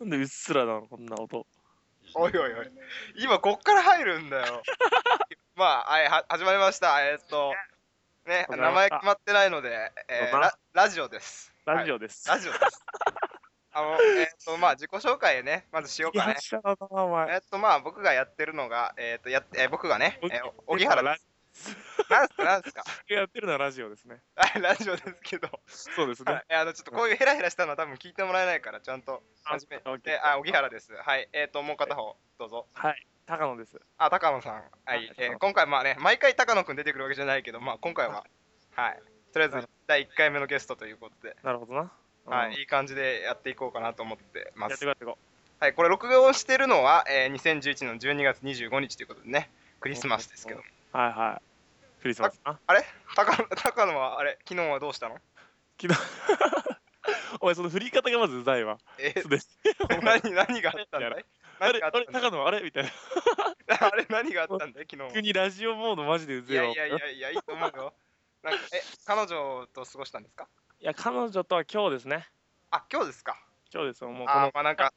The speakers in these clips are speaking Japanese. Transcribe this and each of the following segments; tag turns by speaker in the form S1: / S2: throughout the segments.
S1: なんでうっすらなのこんな音
S2: おいおいおい。今、こっから入るんだ よ。まあ、はい、は始まりました。えーっと、ね、
S1: 始ま
S2: 名
S1: りまし
S2: 前
S1: た
S2: 決まってないので、えー
S1: どうぞ
S2: ララジオです。
S1: ラジ
S2: オ、
S1: オです、
S2: ラジオです。あの、えーっと、まあ、自己紹介ね、まずしよう
S1: い
S2: かね
S1: や。しゃだなお
S2: え
S1: 前
S2: ーっと、まあ、僕がやってるのが、えーっと、やっえー僕がね、えー荻
S1: だか
S2: 原
S1: ら
S2: で
S1: ラ
S2: す。なんすか、なんすか。
S1: ジオ やってるのはラジオですね
S2: あラジオですけど、
S1: そうですね
S2: はいえーあの、ちょっとこういうヘラヘラしたのは多分聞いてもらえないから、ちゃんと
S1: あ
S2: 真面目。
S1: オッケー
S2: えーあ、荻原です。はい、えーっと、もう片方、どうぞ。
S1: はい高野です
S2: あ、高野さん。はい。
S1: あ
S2: え
S1: 高
S2: ー
S1: 野
S2: 今回、まあね、毎回高野くん出てくるわけじゃないけど、まあ今回は、はい。とりあえ
S1: な
S2: ず
S1: る、
S2: 第1回目のゲストということで、
S1: なるほどな
S2: は
S1: うん
S2: い。いい感じでやっていこうかなと思ってま
S1: やってこ。
S2: す
S1: いやってこ
S2: はい。これ、録音してるのは、えー2011の12月25日ということでね、クリスマスですけど。
S1: いはいはいクリスマスな
S2: あれ高野高野は、あれ昨日はどうしたの
S1: 昨日お前その振り方がまずうざいわ
S2: えー
S1: すでに
S2: 何、何があったんだい
S1: あ
S2: 何
S1: れ
S2: があ
S1: あ
S2: った
S1: れ
S2: んだい
S1: 高野あれみたいな
S2: あれ、何があったんだい昨日
S1: 急にラジオモードマジでう
S2: い
S1: ぜえ
S2: や
S1: わ
S2: いやいやいや、いいと思うよ。なんか、え、彼女と過ごしたんですか
S1: いや彼女とは今日ですね
S2: あ、今日ですか。
S1: 今日ですよもうこ
S2: あ
S1: の
S2: ー、まあなんか、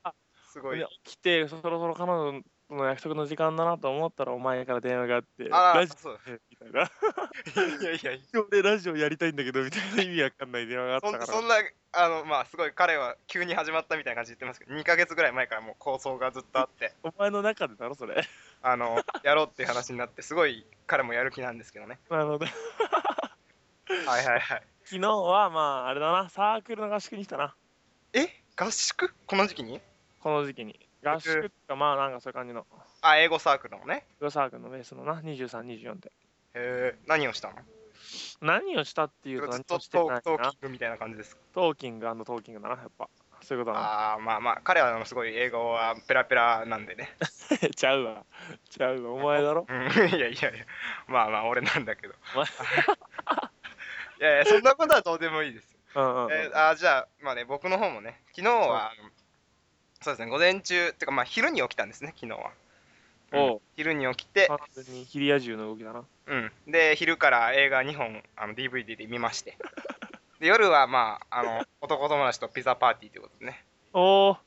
S2: すごい
S1: ね。起きてそろそろ彼女との約束の時間だなと思ったらお前から電話があってラ
S2: あら
S1: ジ
S2: そう。
S1: オみたい ない
S2: やいやい
S1: 今日俺ラジオやりたいんだけどみたいな意味わかんない電話があっ
S2: や、そ
S1: た
S2: ん
S1: から
S2: そんな、あの、まあ、すごい彼は急に始まったみたいな感じで言ってますけど、2ヶ月ぐらい前からもう構想がずっとあって、
S1: お前の中でだろそれ
S2: あの、やろうっていう話になって、すごい彼もやる気なんですけどね。
S1: なので
S2: はいはいはい。
S1: 昨日はまああれだなサークルの合宿に来たな
S2: え合宿この時期に
S1: この時期に合宿ってかまあなんかそういう感じの
S2: あ、英語サークルのね。
S1: プロサークルのベースのな2324って
S2: へえ、何をしたの
S1: 何をしたっていうと
S2: ずっ
S1: 何
S2: と
S1: をしてな
S2: ト
S1: い
S2: ー
S1: な
S2: クトーキングみたいな感じですか
S1: トーキングトーキングだなやっぱそういうことだな
S2: ああ、まあまあ、彼はあのすごい英語はペラペラなんでね。
S1: ちゃうわちゃうわお前だろ
S2: うん、い やいやいや、まあまあ、俺なんだけど。 いやいや、そんなことはどうでもいいです。
S1: うんうんうん、
S2: えーあーじゃあまあね僕の方もね昨日はあのそうですね午前中っていうかまあ昼に起きたんですね昨日は、うん
S1: おう
S2: 昼に起きて
S1: 完、全にヒリア銃の動きだな
S2: うん、で昼から映画2本あの DVD で見まして で夜はまああの男友達とピザパーティーということでね
S1: おお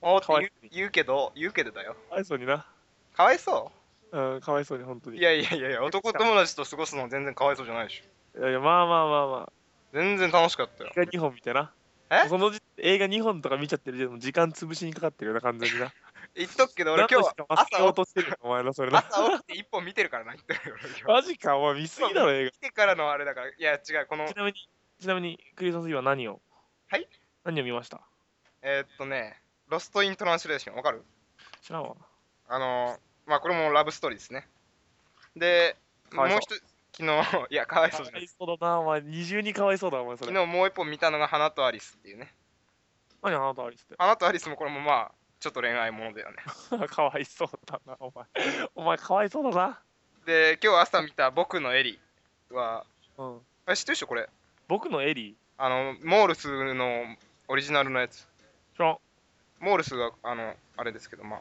S2: おーって
S1: かわい
S2: 言う言うけど言うけどだよ
S1: かわいそうにな。
S2: かわいそ
S1: うん、かわいそうに、本当
S2: う
S1: に。
S2: いやいやいやいや男友達と過ごすの全然かわいそうじゃないでしょ
S1: いやいやまあまあまあま
S2: 全然楽しかったよ
S1: あ、映画2本見てな。
S2: え
S1: その時映画2本とか見ちゃってる時点でもう時間潰しにかかってるよな、完全にな。
S2: 言っとくけど俺今日は
S1: 朝
S2: 朝
S1: 落
S2: 起き
S1: としてるよ、お前のそれな。
S2: 朝起きて1本見てるからな言ってるよ俺今 日
S1: マジか、お前見すぎだろ、映
S2: 来てからのあれだからいや違うこの
S1: 画。ちなみに、ちなみに、クリスマスイブは何を
S2: はい
S1: 何を見ました
S2: えーっとね、ロスト・イン・トランスレーション、わかる
S1: 知らんわ。
S2: あのー、まあ、これもラブストーリーですね。で、
S1: か
S2: もう
S1: わいそう
S2: 一つ、昨日、 いや、かわい
S1: か
S2: そう
S1: わ
S2: じゃない
S1: いそうだな、お前。二重にかわいそうだ、お前、そ
S2: 昨
S1: れ。
S2: 日もう一本見たのが花とアリスっていうね。
S1: 何あなたありって。
S2: 花とアリスもこれもまあ、ちょっと恋愛ものだよね。
S1: かわいそうだな、お前。 お前、かわいそうだな。
S2: で、今日朝見た僕のエリは、
S1: うん。
S2: あ知ってるでしょ、これ。
S1: 僕のエリー。
S2: あの、モールスのオリジナルのやつ。
S1: 知らん。
S2: モールスが、あの、あれですけど、まあ、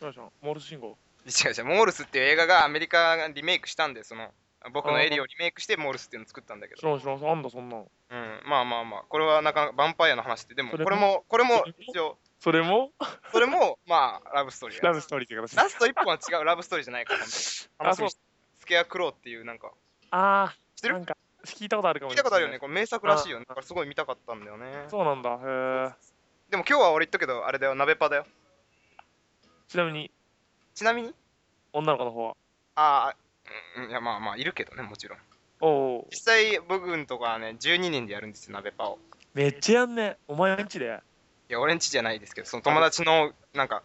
S1: 知らん知らん。モールス信号。
S2: 違う違う、モールスっていう映画がアメリカがリメイクしたんで、その、僕のエリをリメイクしてモールスっていうのを作ったんだけど
S1: 知。らん知らん。あんだ、そんなの。
S2: うん、まあまあまあ、これはなかなかヴァンパイアの話って、でも、
S1: そ
S2: こ
S1: れ
S2: れ
S1: も
S2: も、これも一応、
S1: それも
S2: それも、まあ、ラブストーリー
S1: ラ
S2: や
S1: ブストーリーって形
S2: ラスト一本は違うラブストーリーじゃないから、
S1: あ、
S2: 楽し
S1: そ
S2: み
S1: う
S2: に。してスケアクローっていう、なんか、
S1: あ
S2: 知って
S1: ー、な
S2: る
S1: んか、聞いたことあるかもし
S2: 見
S1: たれ
S2: こと
S1: な
S2: あ
S1: い。
S2: るよね。これ名作らしいよね。
S1: あ
S2: だからすごい見たかったんだよね。
S1: そうなんだ。へえ。
S2: でも今日は俺言ったけど、あれだよ、鍋パだよ。
S1: ちなみに、
S2: ちなみに、
S1: 女の子の方は。
S2: ああ、うんうんいやまあまあ、いるけどね、もちろん。
S1: おお
S2: 実際、僕んとこはね、12人でやるんですよ、鍋パを。
S1: めっちゃやんね。お前んちで。
S2: いや、俺んちじゃないですけど、その友達の、なんか、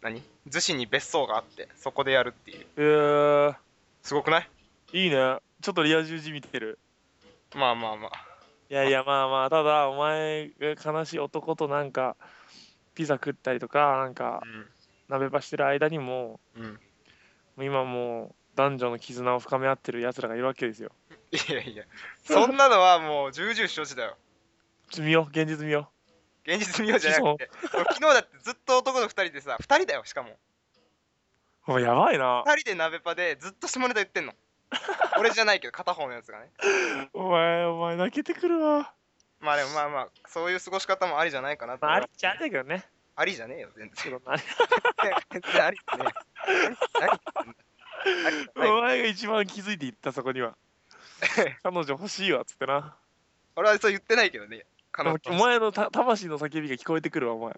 S2: 何逗子に別荘があって、そこでやるっていう。
S1: えー、
S2: すごくない
S1: いいね。ちょっとリア充じ見てる。
S2: まあまあまあ。
S1: いやいや、まあまあ、ただ、お前が悲しい男となんか、ピザ食ったりとか、なんか、鍋ばしてる間にも、
S2: うん。うん。
S1: 今もう、男女の絆を深め合ってる奴らがいるわけですよ。
S2: いやいや、そんなのはもう重々承知だよ。
S1: ちょ見よう、現実見よ
S2: 現実見ようじゃなくて、昨日だってずっと男の2人でさ、2人だよ、しかも。
S1: う。お前やばいな。
S2: 2人で鍋パでずっと下ネタ言ってんの。俺じゃないけど、片方のやつがね。
S1: お前、お前、泣けてくるわ。
S2: まあでもまあまあ、そういう過ごし方もありじゃないかなと
S1: まあ、あ
S2: 思い
S1: り
S2: ま
S1: っちゃありだけどね。
S2: ありじゃねえよ、全
S1: け
S2: 然。
S1: どな
S2: 全然ありじゃねえよ。何何ありじゃない
S1: お前が一番気づいていったそこには彼女欲しいわっつってな
S2: 俺はそう言ってないけどね。彼女
S1: お前のた魂の叫びが聞こえてくるわお前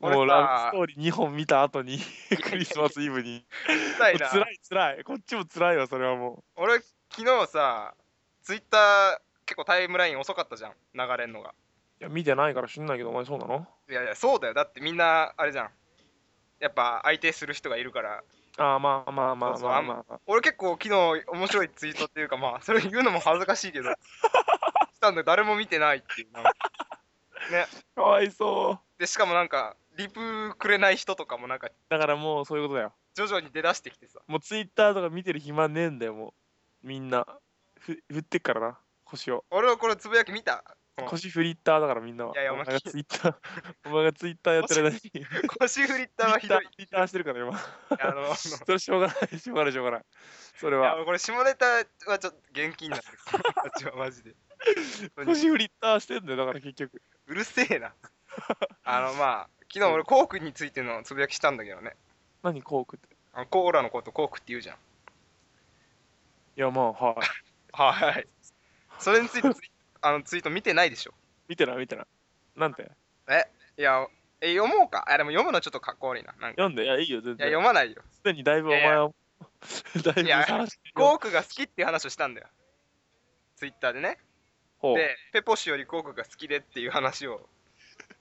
S2: 俺さ
S1: もうラブストーリー2本見た後にクリスマスイブに
S2: 辛いな。
S1: 辛い辛いこっちも辛いわそれはも
S2: 俺、昨日さ、ツイッター結構タイムライン遅かったじゃん、流れんのが。
S1: ういや見てないから知んないけどお前そうなの
S2: いやいや、そうだよ。だってみんな、あれじゃん。やっぱ相手する人がいるから。
S1: ああまあまあまあ
S2: そうそう
S1: ま
S2: あ
S1: あ
S2: ん
S1: まあ
S2: 俺結構昨日面白いツイートっていうかまあそれ言うのも恥ずかしい けどしたんで誰も見てないっていうなんか
S1: かわいそう
S2: でしかもなんかリプくれない人とかもなんか
S1: だからもうそういうことだよ
S2: 徐々に出だしてきてさ
S1: もうツイッターとか見てる暇ねえんだよもうみんなふ振ってっからな腰を
S2: 俺はこれつぶやき見たうん
S1: 腰フリッターだからみんなはい
S2: やいやお
S1: お
S2: 前
S1: 前がツイッター お前がツイッターやってる間に
S2: 腰振りったはひどい
S1: ツイッターしてるから今
S2: いやあの
S1: それ しょうがないしょうがないしょうがないそれ
S2: いや
S1: は
S2: 俺これ下ネタはちょっと現金なんだけどこっちはマジで本当に
S1: 腰フリッターしてんだよだから結局
S2: うるせえなあのまあ昨日俺コークについてのつぶやきしたんだけどね
S1: 何コークって
S2: あのコーラのことコークって言うじゃん
S1: いやまあ はい
S2: はいそれについ てツイあのツイート見てないでしょ
S1: 見てな見てななんて
S2: いや、え読もうか。あ、でも読むのちょっとかっこ悪いな。なんか
S1: 読んでいやいいよ全
S2: い
S1: 然
S2: や、読まないよ。
S1: すでにだいぶお
S2: いやい
S1: 前
S2: や
S1: は だいぶ晒してる
S2: コ
S1: よ
S2: ークが好きっていう話をしたんだよ。ツイッターでね。
S1: ほう
S2: で、ペポシよりコークが好きでっていう話を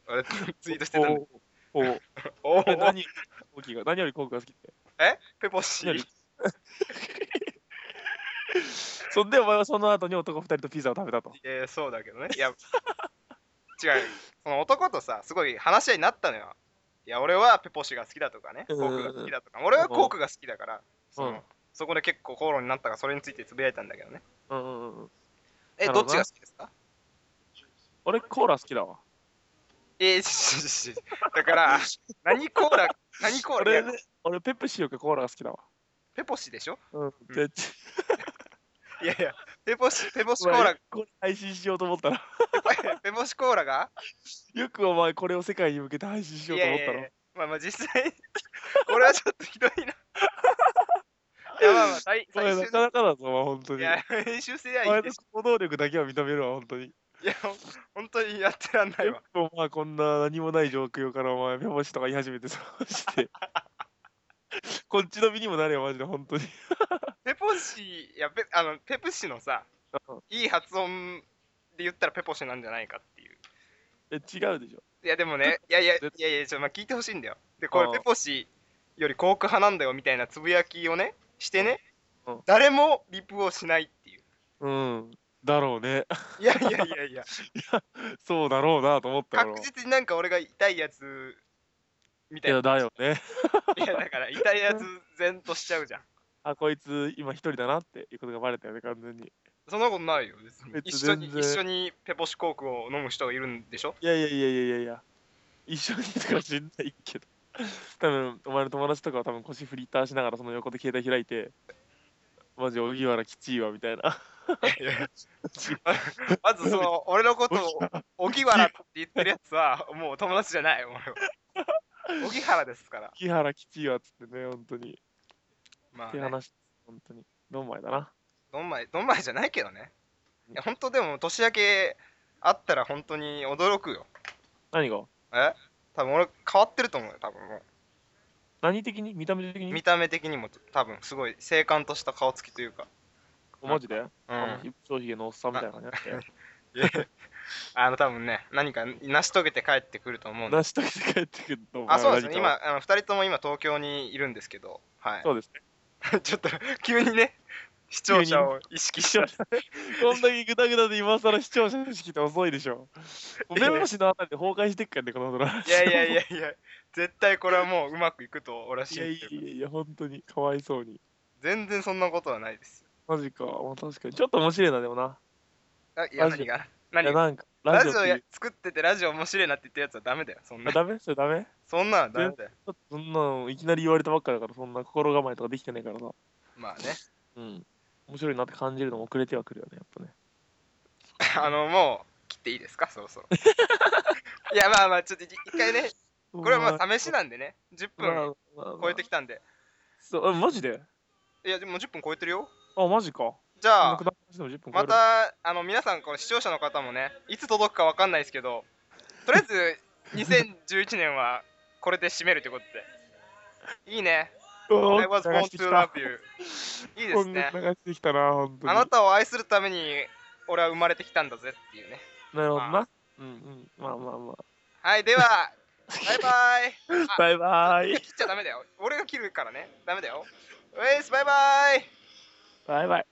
S2: 俺ツイートしてたんだよ。
S1: おうおう
S2: おお
S1: え何よりコーキが何よりコークが好きって
S2: ペポシ。
S1: 何そんでお前はその後に男2人とピザを食べたと
S2: えー、そうだけどね。いや、違う。 その男とさ、すごい話し合いになったのよ。いや、俺はペポシが好きだとかね、コ
S1: うん
S2: ークが好きだとか、俺はコークが好きだから、その
S1: うん
S2: そこで結構口論になったから、それについてつぶやいたんだけどね。
S1: うんうんうん
S2: え、
S1: なる
S2: ど
S1: ほどな
S2: っちが好きですか
S1: 俺コーラ好きだわ
S2: えー、しししだから、何コーラ、何コーラ、
S1: 俺
S2: い
S1: ね
S2: や
S1: 俺ペプシよりかコーラが好きだわ
S2: ペポシでしょ
S1: うん
S2: ん
S1: で
S2: いやいや、ペポシ、ペポシ
S1: お
S2: コ
S1: 前
S2: ーラ、
S1: これ配信しようと思ったら
S2: ペポシコーラが
S1: よくお前これを世界に向けて配信し
S2: い
S1: ようと
S2: や
S1: 思
S2: い
S1: った
S2: やい
S1: ら
S2: や、まあまあ実際、これはちょっとひどいな。いやまあまあ、最
S1: お前
S2: 最
S1: な
S2: 終
S1: かなかだぞお前本当
S2: い
S1: に
S2: や、編集すりゃ
S1: お
S2: いい
S1: 前
S2: で
S1: の
S2: し
S1: 行動力だけは認めるわ本当に
S2: ょ。いや、本当にやってらんないわ
S1: よ。くお前こんな何もない状況からお前ペポシとか言い始めて さしてこっちの身にもなれよマジで本当に
S2: ペポシ、いや、ペあのペプシのさ
S1: うん、
S2: いい発音で言ったらペポシなんじゃないかっていう。
S1: え違うでしょ
S2: いやでもね、いやいや、い
S1: 絶
S2: やいや、ちょまあ聞いてほしいんだよ。で、こ
S1: あ
S2: れ、
S1: あ
S2: ペポシより航空派なんだよみたいなつぶやきをね、してね
S1: うん、
S2: 誰もリプをしないっていう。
S1: うんだろうね
S2: いやいやいやいや、
S1: そう だろうなと思ったよ
S2: 確実になんか俺が痛いやつみた
S1: い
S2: いな。
S1: やだ
S2: い
S1: よね
S2: や、だから痛いやつ全としちゃうじゃん。
S1: あこいつ今一人だなっていうことがバレたよね完全に
S2: そんなことないよ、別に。
S1: 別に
S2: 一緒に、
S1: 全然
S2: 一緒にペポシ航空を飲む人がいる んでしょ
S1: いやいやいやいやいやいや一緒にとか知んないけど多分お前の友達とかは多分腰フリッターしながらその横で携帯開いてマジ荻原きちいわみたいな
S2: まずその、俺のことを、荻原って言ってるやつは、もう友達じゃない、俺は。荻原ですから。
S1: 荻原きちいわっつってね本当に
S2: まあ
S1: って
S2: ね、
S1: 話本当にどんまいだな
S2: どんまい、どんまいじゃないけどね。いや、本当でも、年明けあったら本当に驚くよ。
S1: 何が
S2: え多分俺変わってると思うよ、多分も
S1: 何的に見た目的
S2: う。
S1: に
S2: 見た目的にも多分すごい静観とした顔つきというか。
S1: おマジで、
S2: う
S1: あの
S2: ん。
S1: 一生ひげのおっさんみたいな感じになっ
S2: あの多分ね、何か成し遂げて帰ってくると思
S1: て
S2: うんで。
S1: 成し遂げて帰ってくると思
S2: あ、そうですね。
S1: 何かは
S2: 今、あの2人とも今東京にいるんですけど、はい。
S1: そうですね
S2: ちょっと急にね、視聴者を意識しちゃう。
S1: こんだけグダグダで今更視聴者意識って遅い でしょ目星のあたりで崩壊してっからねこのドラマ
S2: いやいやいやいや、絶対これはもううまくいくと俺はい信
S1: やい
S2: じて
S1: や
S2: る。
S1: いや、本当にかわいそうに。
S2: 全然そんなことはないですよ。
S1: マジか、まあ、確かに。ちょっと面白いな、でもな。
S2: あいや、
S1: ラジオ
S2: 何が
S1: い
S2: 何
S1: や、
S2: が
S1: なんか、ラ
S2: ラ
S1: ジ
S2: ジ
S1: オっ
S2: オ
S1: てい
S2: や
S1: う
S2: 作っててラジオ面白いなって言ってるやつはダメだよ。そんな
S1: あ、ダメそれダメち
S2: そんなのはダメだよ。
S1: ょっとそんなのいきなり言われたばっかだから、そんな心構えとかできてないからさ。
S2: まあね。
S1: うん。面白いなって感じるのも遅れてはくるよね、やっぱね。
S2: あの、もう切っていいですか、そろそろ。いや、まあまあ、ちょっと一一回ね、
S1: こ
S2: これはまあ試しなんでね10分超えて
S1: き
S2: きたんで
S1: そうえマジで
S2: いやでも10分超えてるよ
S1: あマジか
S2: じゃあ
S1: なくなっても10分超え
S2: ま
S1: る
S2: たあの皆さんこの視聴者の方もねいつ届くかわかんないですけどとりあえず2011年はこれで締めるということでいいね
S1: う
S2: I
S1: わ
S2: was
S1: 流
S2: born
S1: してき
S2: to
S1: た
S2: love you いいですね
S1: 音楽流してきたな本当に
S2: あなたを愛するために俺は生まれてきたんだぜっていうね
S1: なるほど
S2: ま
S1: なうんうんまあまあまあ
S2: はいではバイバイあ
S1: バイバイ
S2: 切っちゃダメだよ俺が切るからねダメだよウェイスバイバイ
S1: バイバイ